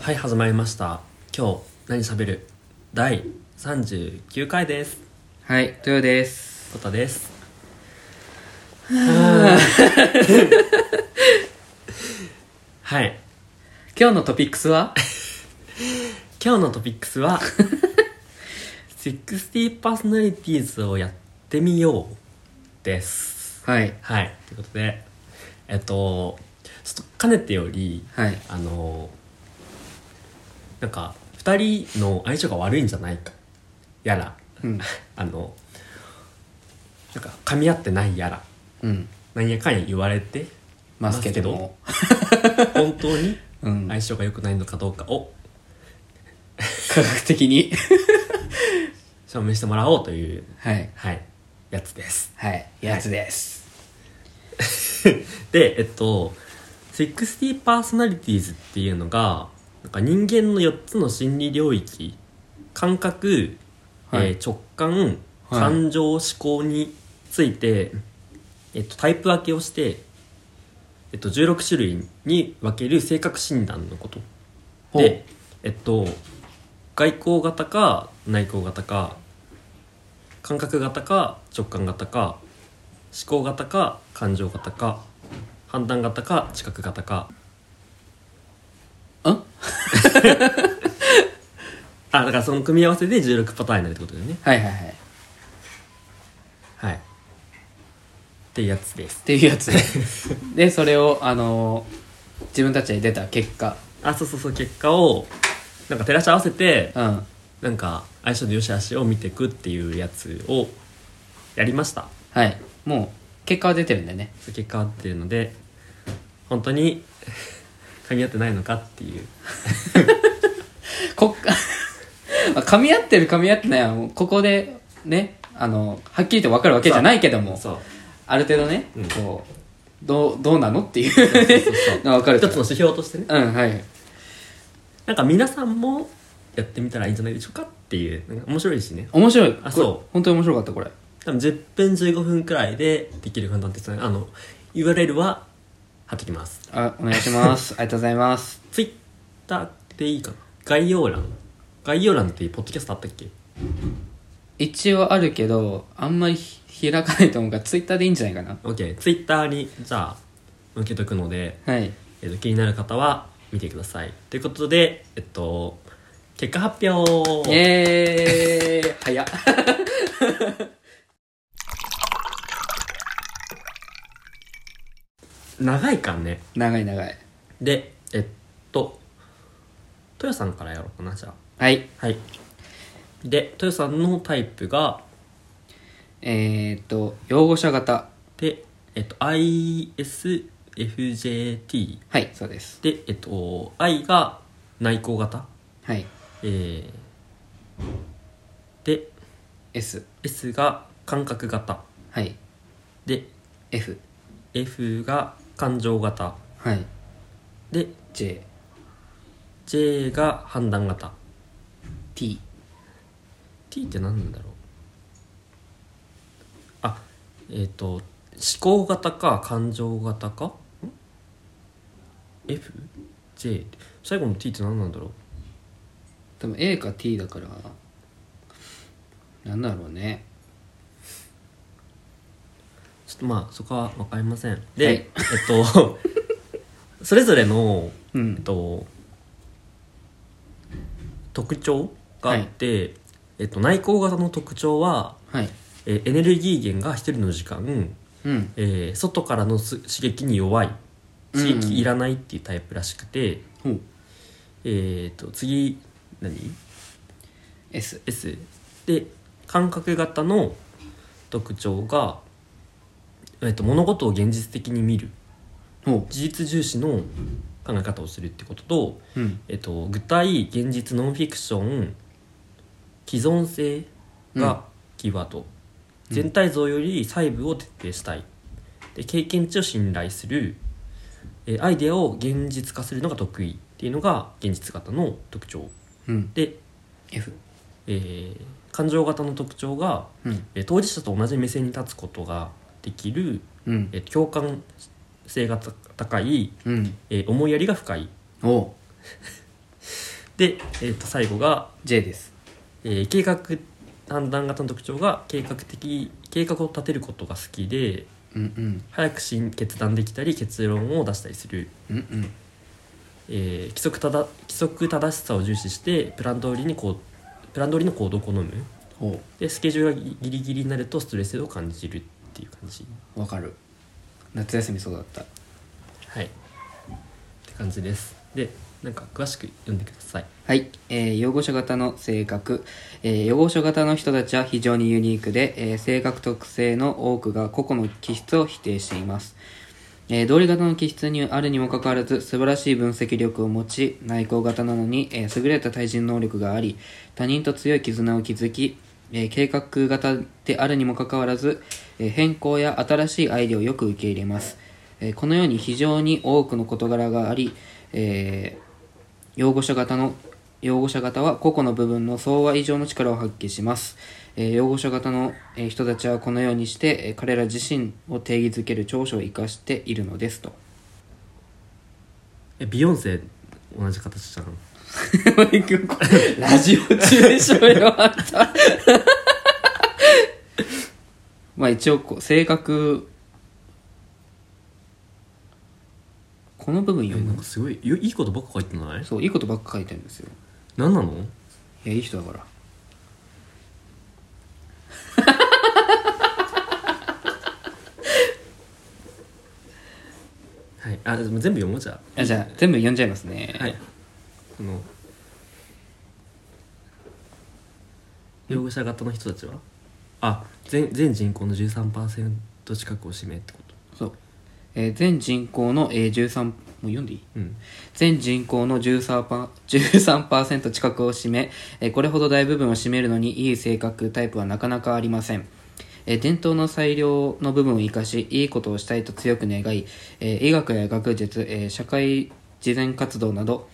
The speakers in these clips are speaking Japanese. はい始まりました今日何喋る第39回ですはい、豊です。コタですはい今日のトピックスは今日のトピックスは60パーソナリティーズをやってみようですはい。はいということでえっとちょっとかねてよりはい。あのなんか2人の相性が悪いんじゃないかやらうん。 あのなんか噛み合ってないやらうん。なんやかんや言われ てますけども。本当にうん。相性が良くないのかどうかを科学的に。証明してもらおうという、はい。はい、やつですはい。やつです。でえっと60パーソナリティーズっていうのがなんか人間の4つの心理領域感覚、はいえー直感はい感情、思考について、えっと、タイプ分けをして、えっと、16種類に分ける性格診断のことほうでえっと外交型か内向型か感覚型か直感型か思考型か感情型か判断型か知覚型かん あだからその組み合わせで16パターンになるってことだよねはいはいはい。っはいっていうやつですていうや つ。で、それを、あのー自分たちで出た結果。あそうそうそう結果をなんか照らし合わせてうん。なんか相性の良し悪しを見ていくっていうやつをやりましたはい。もう、結果は出てるんだよね。結果っていうので本当に 噛み合ってないのかっていうこっか、まあ噛み合ってる 噛み合ってないは、もうここで、ね、あの、はっきりと分かるわけじゃないけども。そうある程度ね、うんこうどうどうなのっていそうそううのが分かる一かつらの指標としてねうんはいなんか皆さんもやってみたらいいんじゃないでしょうかっていうなんか面白いしね面白いあそうこれ本当に面白かったこれ多分10分15分くらいでできる簡単ですねあの URL は貼ってきますあお願いします ありがとうございますツイッターでいいかな概要欄概要欄っていうポッドキャストあったっけ一応あるけどあんまりひ開かないと思うからツイッターでいいんじゃないかな OK ツイッターにじゃあ向けとくのではいえっと気になる方は見てくださいということで、えっと、結果発表イエーイ早っ長いかんね長い長いでえっと豊さんからやろうかなじゃあはいはいで豊さんのタイプがえー、っと擁護者型でえっと ISFJT はいそうですでえっと I が内向型はいえー、で S S が感覚型はいで F F が感情型はいで J J が判断型 T T って何なんだろうあえっ、と思考型か感情型かん ?FJ 最後の T って何なんだろう多分 A か T だからなんだろうねちょっとまあそこは分かりませんで、はいえっと それぞれの、うえっんと、特徴があって、えっと、内向型の特徴は、はいえーエネルギー源が一人の時間うんえー外からのす刺激に弱いうん刺激いらないっていうタイプらしくて、ほうえっ、と次何 S ?S で感覚型の特徴が、えー、と物事を現実的に見るほ事実重視の考え方をするってことと,、ううんえー、と具体現実ノンフィクション既存性がキーワード、全体像より細部を徹底したいで経験値を信頼するえーアイデアを現実化するのが得意っていうのが現実型の特徴うんで、 F えー感情型の特徴が、うんえー当事者と同じ目線に立つことができる、うんえー共感性が高い、うんえー思いやりが深いおで、えーと最後が J ですえー計画判断型の特徴が計画的計画を立てることが好きでうん早く新決断できたり結論を出したりする、うんうんうんえー規則ただ規則正しさを重視してプラン通りにこうプラン通りの行動を好むおでスケジュールがギギリギリになるとストレスを感じるっていう感じわかる夏休みそうだったはいって感じですでなんか詳しく読んでくださいはい、えー、擁護者型の性格、えー、擁護者型の人たちは非常にユニークで、えー性格特性の多くが個々の気質を否定しています、えー、道理型の気質にあるにもかかわらず素晴らしい分析力を持ち内向型なのに、えー優れた対人能力があり他人と強い絆を築き、えー計画型であるにもかかわらず、えー変更や新しいアイデアをよく受け入れます、えーこのように非常に多くの事柄があり、えー擁護者型の擁護者型は個々の部分の相和以上の力を発揮します、えー擁護者型の、えー人たちはこのようにして、えー彼ら自身を定義づける長所を生かしているのですと えビヨンセ同じ形じゃんラジオ中でしょよあんた まあ一応こう性格この部分え読なんむかすごいよいいことばっか書いてないそういいことばっか書いてるんですよ何なのいやいい人だからはいあでも全部読もうじゃああじゃあ全部読んじゃいますねはい、この容疑者型の人たちはあ全全人口の13%近くを占めってことそう、えー全人口の、えー13もう読んでいいうん全人口の 13%, パ13近くを占め、えーこれほど大部分を占めるのにいい性格タイプはなかなかありません、えー伝統の裁量の部分を生かしいいことをしたいと強く願い、えー医学や学術、えー社会慈善活動など、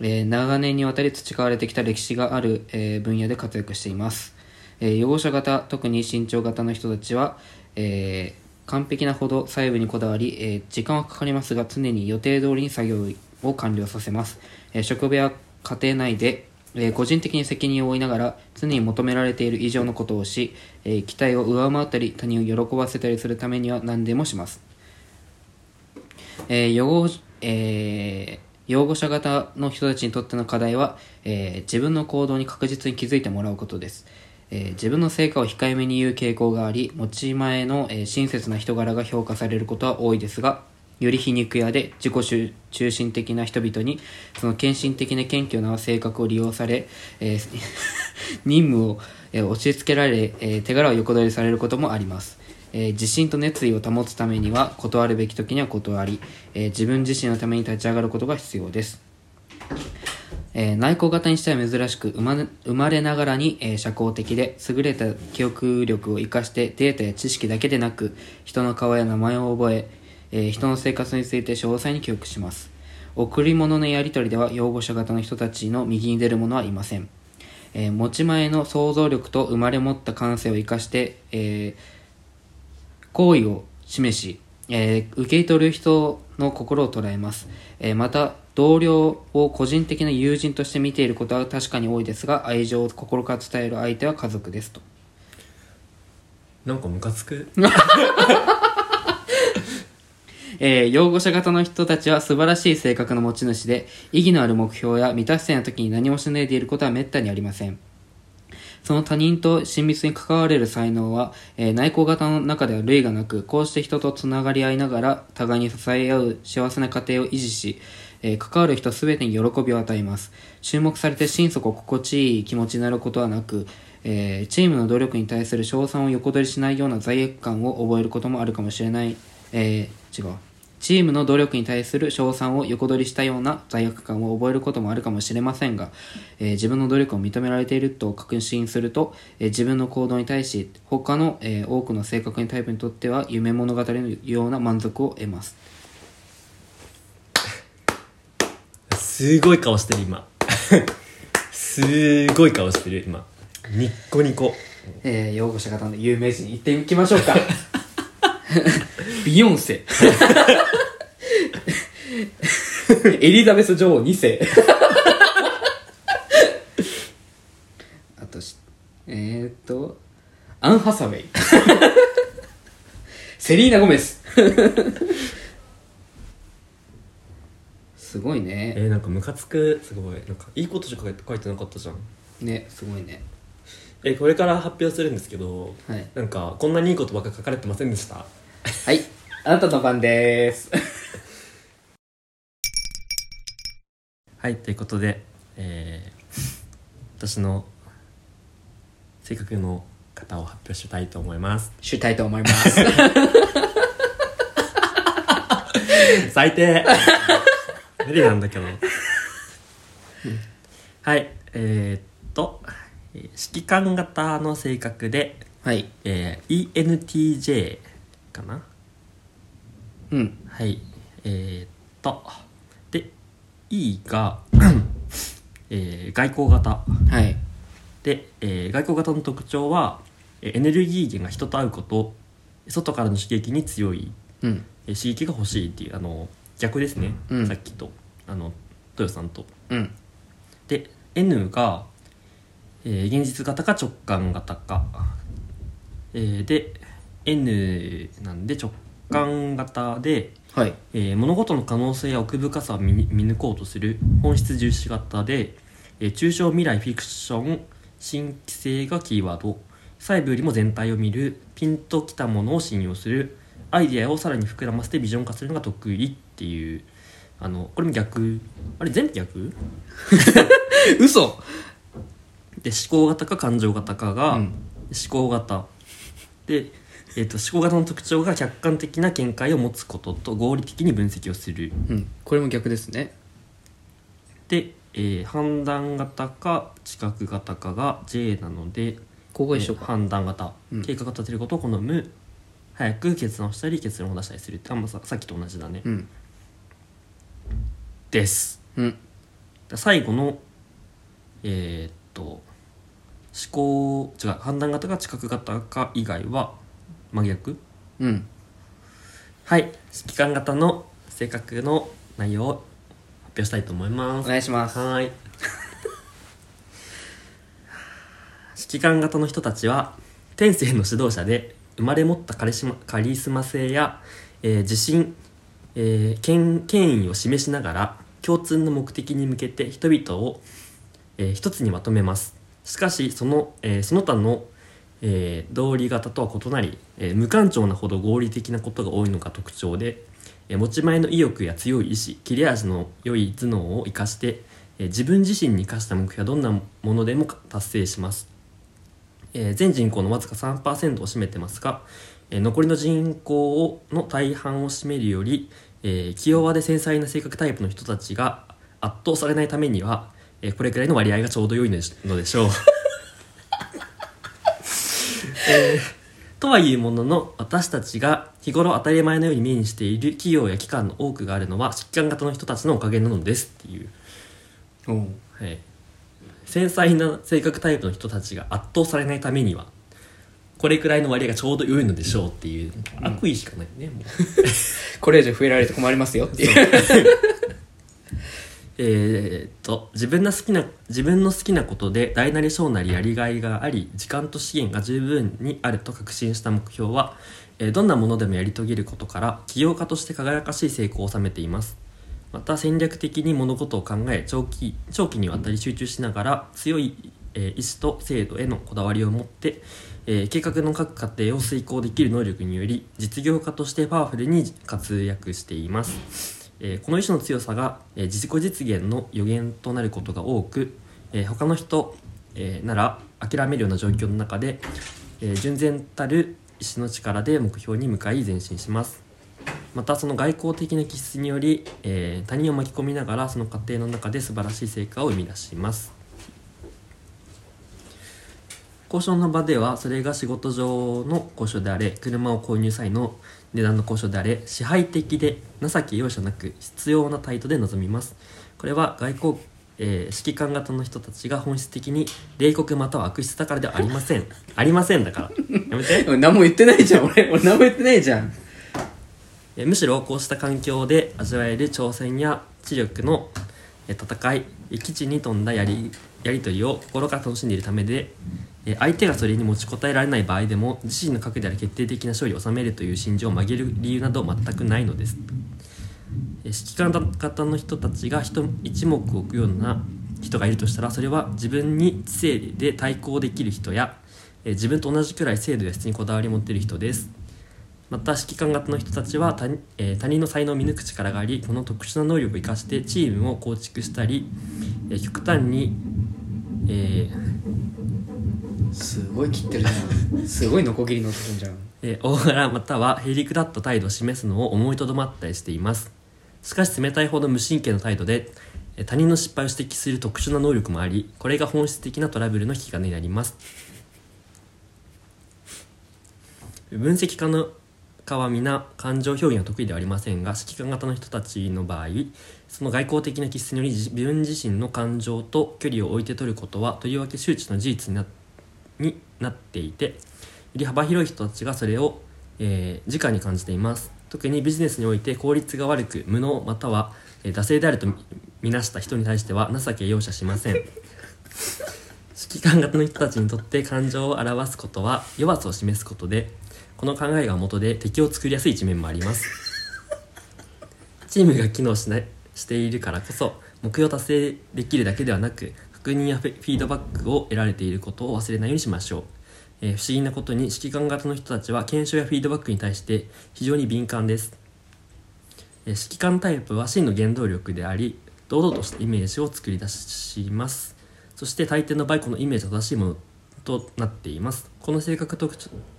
えー長年にわたり培われてきた歴史がある、えー分野で活躍しています、えー、養護者型特に身長型の人たちは、えー完璧なほど細部にこだわり、えー時間はかかりますが常に予定通りに作業を完了させます、えー職場や家庭内で、えー個人的に責任を負いながら常に求められている以上のことをし、えー期待を上回ったり他人を喜ばせたりするためには何でもしますえー、養護えー養護者型の人たちにとっての課題は、えー自分の行動に確実に気づいてもらうことです、えー自分の成果を控えめに言う傾向があり持ち前の、えー親切な人柄が評価されることは多いですがより皮肉屋で自己中中心的な人々にその献身的な謙虚な性格を利用され、えー 任務を、えー押し付けられ、えー手柄を横取りされることもありますえー自信と熱意を保つためには断るべき時には断り、えー自分自身のために立ち上がることが必要です、えー内向型にしては珍しく生まれ生まれながらに、えー社交的で優れた記憶力を生かしてデータや知識だけでなく人の顔や名前を覚ええー人の生活について詳細に記憶します贈り物のやり取りでは擁護者型の人たちの右に出るものはいませんえー持ち前の想像力と生まれ持った感性を生かして、えー好意を示し、えー受け取る人の心を捉えます、えーまた同僚を個人的な友人として見ていることは確かに多いですが愛情を心から伝える相手は家族ですとなんかムカつくえー擁護者型の人たちは素晴らしい性格の持ち主で意義のある目標や未達成の時に何もしないでいることはめったにありませんその他人と親密に関われる才能は、えー内向型の中では類がなくこうして人とつながり合いながら互いに支え合う幸せな家庭を維持し、えー関わる人全てに喜びを与えます注目されて心底心地いい気持ちになることはなく、えーチームの努力に対する称賛を横取りしないような罪悪感を覚えることもあるかもしれない、えー違うチームの努力に対する称賛を横取りしたような罪悪感を覚えることもあるかもしれませんが、えー自分の努力を認められていると確信すると、えー自分の行動に対し他の、えー多くの性格にタイプにとっては夢物語のような満足を得ますすすごい顔してる 今すごい顔してる今ニッコニコえー、擁護者方の有名人行っていきましょうかビヨンセエリザベス女王2世あとしえー、っとアン・ハサウェイセリーナ・ゴメスすごいねえー、なんかムカつくすごいなんかいいことしか書いて書いてなかったじゃんねすごいねえーこれから発表するんですけど、はいなんかこんなにいいことばっか書かれてませんでしたはいあなたの番でーすはいということで、えー私の性格の方を発表したいと思います主体と思います最低無理なんだけどはいえーっとえー指揮官型の性格で、はいえー ENTJ かなうんはいえーっとで E が、 えー外交型はいで、えー外交型の特徴はえーエネルギー源が人と合うこと外からの刺激に強いうんえー刺激が欲しいっていうあの逆ですね、うんさっきとあの豊さんとうんで N が、えー現実型か直感型か、えーで N なんで直感型で、はいえー物事の可能性や奥深さを見に見抜こうとする本質重視型で、えー抽象未来フィクション新規性がキーワード細部よりも全体を見るピンときたものを信用するアイデアをさらに膨らませてビジョン化するのが得意っていうあのこれも逆あれ全部逆嘘で思考型か感情型かがうん思考型、で、えー、と思考型の特徴が客観的な見解を持つことと合理的に分析をするうんこれも逆ですねで、えー判断型か知覚型かが J なのでここ一緒えーか判断型、うん計画を立てることを好む早く決断をしたり結論を出したりするってあんまささっきと同じだね、うんですうん最後のえーっと思考違う判断型か知覚型か以外は真逆うんはい指揮官型の性格の内容を発表したいと思いまおす願いしますはーい指揮官型の人たちは天性の指導者で生まれ持ったカリスマカリスマ性や、えー自信、えー権権威を示しながら共通の目的に向けて人々を、えー一つにまとめますしかしその,、えーその他の、えー道理型とは異なり、えー無感情なほど合理的なことが多いのが特徴で、えー持ち前の意欲や強い意志切れ味の良い頭脳を生かして、えー自分自身に課した目標はどんなものでも達成しますえー全人口のわずか3%を占めてますが、えー残りの人口をの大半を占めるより、えー気弱で繊細な性格タイプの人たちが圧倒されないためには、えーこれくらいの割合がちょうど良いのでしのでしょう、えーとはいうものの私たちが日頃当たり前のように目にしている企業や機関の多くがあるのは疾患型の人たちのおかげなのですっていうおうはい、繊細な性格タイプの人たちが圧倒されないためにはこれくらいの割合がちょうど良いのでしょうっていう悪意しかないね、もうこれ以上増えられて困りますよっていうえーっと自分の好きな自分の好きなことで大なり小なりやりがいがあり時間と資源が十分にあると確信した目標は、えーどんなものでもやり遂げることから起業家として輝かしい成功を収めていますまた戦略的に物事を考え長期長期にわたり集中しながら強い、えー意志と制度へのこだわりを持って、えー計画の各過程を遂行できる能力により実業家としてパワフルに活躍しています、えーこの意志の強さが、えー自己実現の予言となることが多く、えー他の人、えーなら諦めるような状況の中で、えー純然たる意志の力で目標に向かい前進しますまたその外交的な気質により、えー他人を巻き込みながらその過程の中で素晴らしい成果を生み出します交渉の場ではそれが仕事上の交渉であれ車を購入際の値段の交渉であれ支配的で情け容赦なく必要な態度で臨みますこれは外交、えー指揮官型の人たちが本質的に冷酷または悪質だからではありませんありませんだからやめて俺 何も言ってないじゃん俺俺何も言ってないじゃんえーむしろこうした環境で味わえる挑戦や知力のえー戦いえー基地に富んだやりやり取りを心から楽しんでいるためでえー相手がそれに持ちこたえられない場合でも自身の核である決定的な勝利を収めるという心情を曲げる理由など全くないのですえー指揮官型の人たちが人一目置くような人がいるとしたらそれは自分に知性で対抗できる人やえー自分と同じくらい制度や質にこだわり持っている人ですまた指揮官型の人たちは他,、えー他人の才能を見抜く力がありこの特殊な能力を生かしてチームを構築したり、えー極端に、えーすごい切ってるじゃんすごいノコギリのってるじゃんえー大柄またはへりくだった態度を示すのを思いとどまったりしていますしかし冷たいほど無神経の態度でえー他人の失敗を指摘する特殊な能力もありこれが本質的なトラブルの引き金になります分析家の家は皆感情表現は得意ではありませんが指揮官型の人たちの場合その外交的な気質により自自分自身の感情と距離を置いて取ることはとりわけ周知の事実になになっていてより幅広い人たちがそれを、えー直に感じています特にビジネスにおいて効率が悪く無能または、えー惰性であるとみみなした人に対しては情け容赦しません 指揮官型の人たちにとって感情を表すことは弱さを示すことでこの考えが元で敵を作りやすい一面もありますチームが機能しないしているからこそ目標達成できるだけではなく確認やフィフィードバックを得られていることを忘れないようにしましょう、えー不思議なことに指揮官型の人たちは検証やフィードバックに対して非常に敏感ですえー指揮官タイプは真の原動力であり堂々としたイメージを作り出しますそして大抵の場合このイメージは正しいものとなっていますこの性格特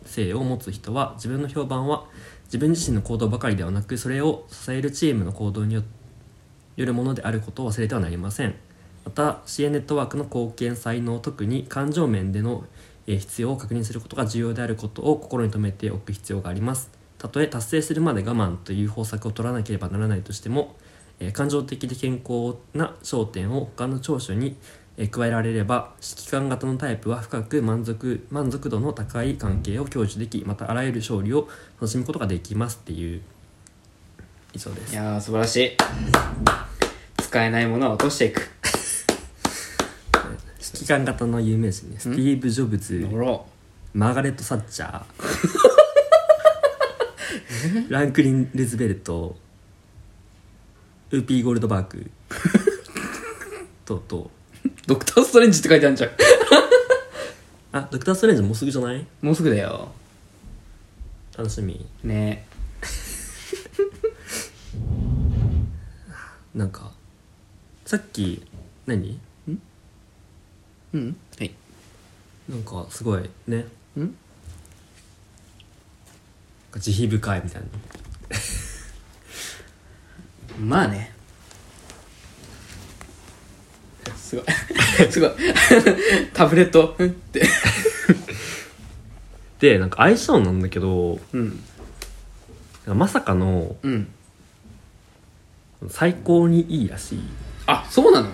性を持つ人は自分の評判は自分自身の行動ばかりではなくそれを支えるチームの行動によよるものであることを忘れてはなりませんまた支援ネットワークの貢献才能特に感情面でのえー必要を確認することが重要であることを心に留めておく必要がありますたとえ達成するまで我慢という方策を取らなければならないとしてもえー感情的で健康な焦点を他の長所にえー加えられれば指揮官型のタイプは深く満足満足度の高い関係を享受できまたあらゆる勝利を楽しむことができますっていう以上でいすやー素晴らしい使えないものは落としていく指揮官型の有名人ねスティーブ・ジョブズほらマーガレット・サッチャーランクリン・ルーズベルトウーピー・ゴールドバーグととドクターストレンジって書いてあるじゃんあドクター・ストレンジもうすぐじゃないもうすぐだよ楽しみねなんかさっき何うんはいなんかすごいねんなんか慈悲深いみたいなまあねすごい すごいタブレットうんってでなんか相性なんだけどうんなんかまさかのうん最高にいいらしいあそうなの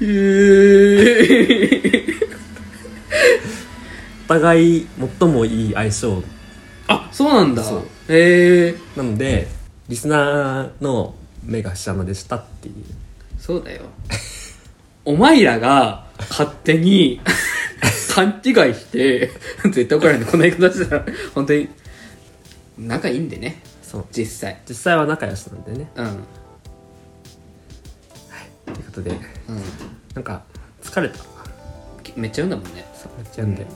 えー、お互い最もいい相性 あそうなんだそうえー、なのでリスナーの目が下のでしたっていうそうだよお前らが勝手に 勘違いして絶対怒られるのこの言い方したら本当に仲いいんでねそう実際実際は仲良しなんでねうんうんということでなんか疲れためっちゃ読んだもんねそうめっちゃんで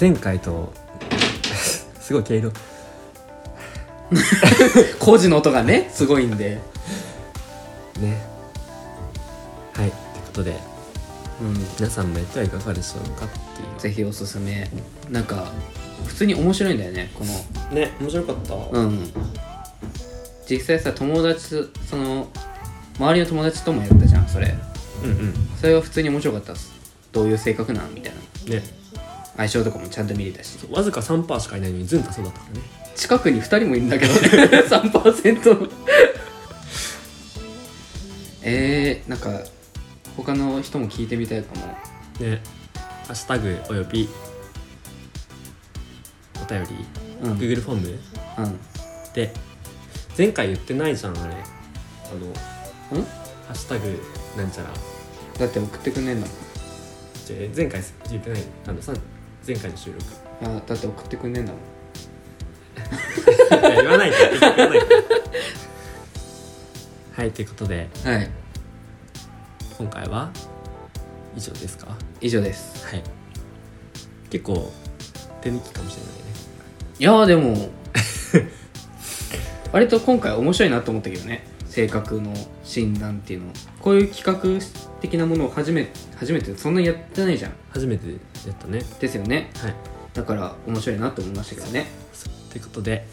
前回と すごい毛色工事の音がねすごいんでねはいということでうん皆さんもやってはいかがでしょうかっていうぜひおすすめなんか普通に面白いんだよねこのね面白かった、うん実際さ友達とその周りの友達ともやったじゃんそれうんうんそれは普通に面白かったっすどういう性格なんみたいなね相性とかもちゃんと見れたしそうわずか3%しかいないのにズン多そうだったからね 近くに2人もいるんだけどね3%のえー、なんか他の人も聞いてみたいかもねハッシュタグおよびお便り、うんうん Google フォームで前回言ってないじゃんあれあのうんハッシュタグなんちゃらだって送ってくんねえんだじゃあ前回言ってないあのさ前回の収録いもんあだって送ってくんねえんだもんや言わないと言わないとはいということではい今回は以上ですか以上ですはい結構手抜きかもしれないねいやーでも 割と今回面白いなと思ったけどね性格の診断っていうのこういう企画的なものを初め初めてそんなにやってないじゃん初めてやったねですよねはいだから面白いなと思いましたけどねそうということで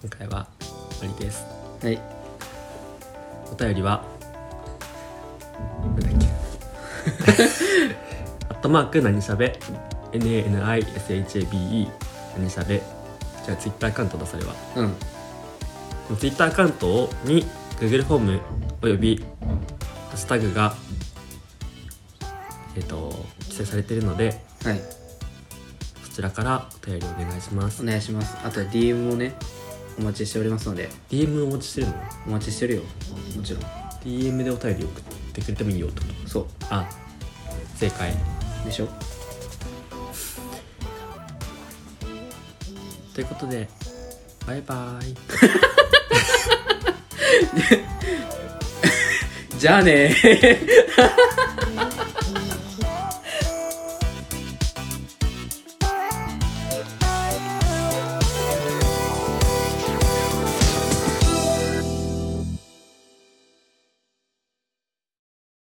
今回は終わりですはいお便りはなんだっけ アットマーク何しゃべ NANISHABE 何しゃべじゃあツイッターアカウントだそれはうんこのツイッターアカウントに Google フォームおよびハッシュタグがえっ、と記載されているのではいそちらからお便りお願いしますお願いしますあと DM もねお待ちしておりますので DM をお持ちしてるのお待ちしてるよもちろん DM でお便り送ってくれてもいいよってことそあ正解うでしょということでバイバイじゃあねー